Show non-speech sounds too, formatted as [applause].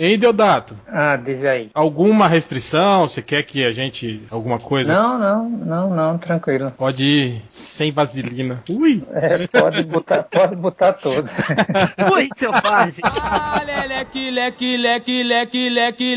Hein, Deodato? Ah, diz aí. Alguma restrição? Você quer que a gente. Alguma coisa? Não, não, não, não, tranquilo. Pode ir sem vaselina. Ui! É, pode botar, pode botar todo. [laughs] Ui, seu padre. Ah, leleque, leque, leque, leque, leque,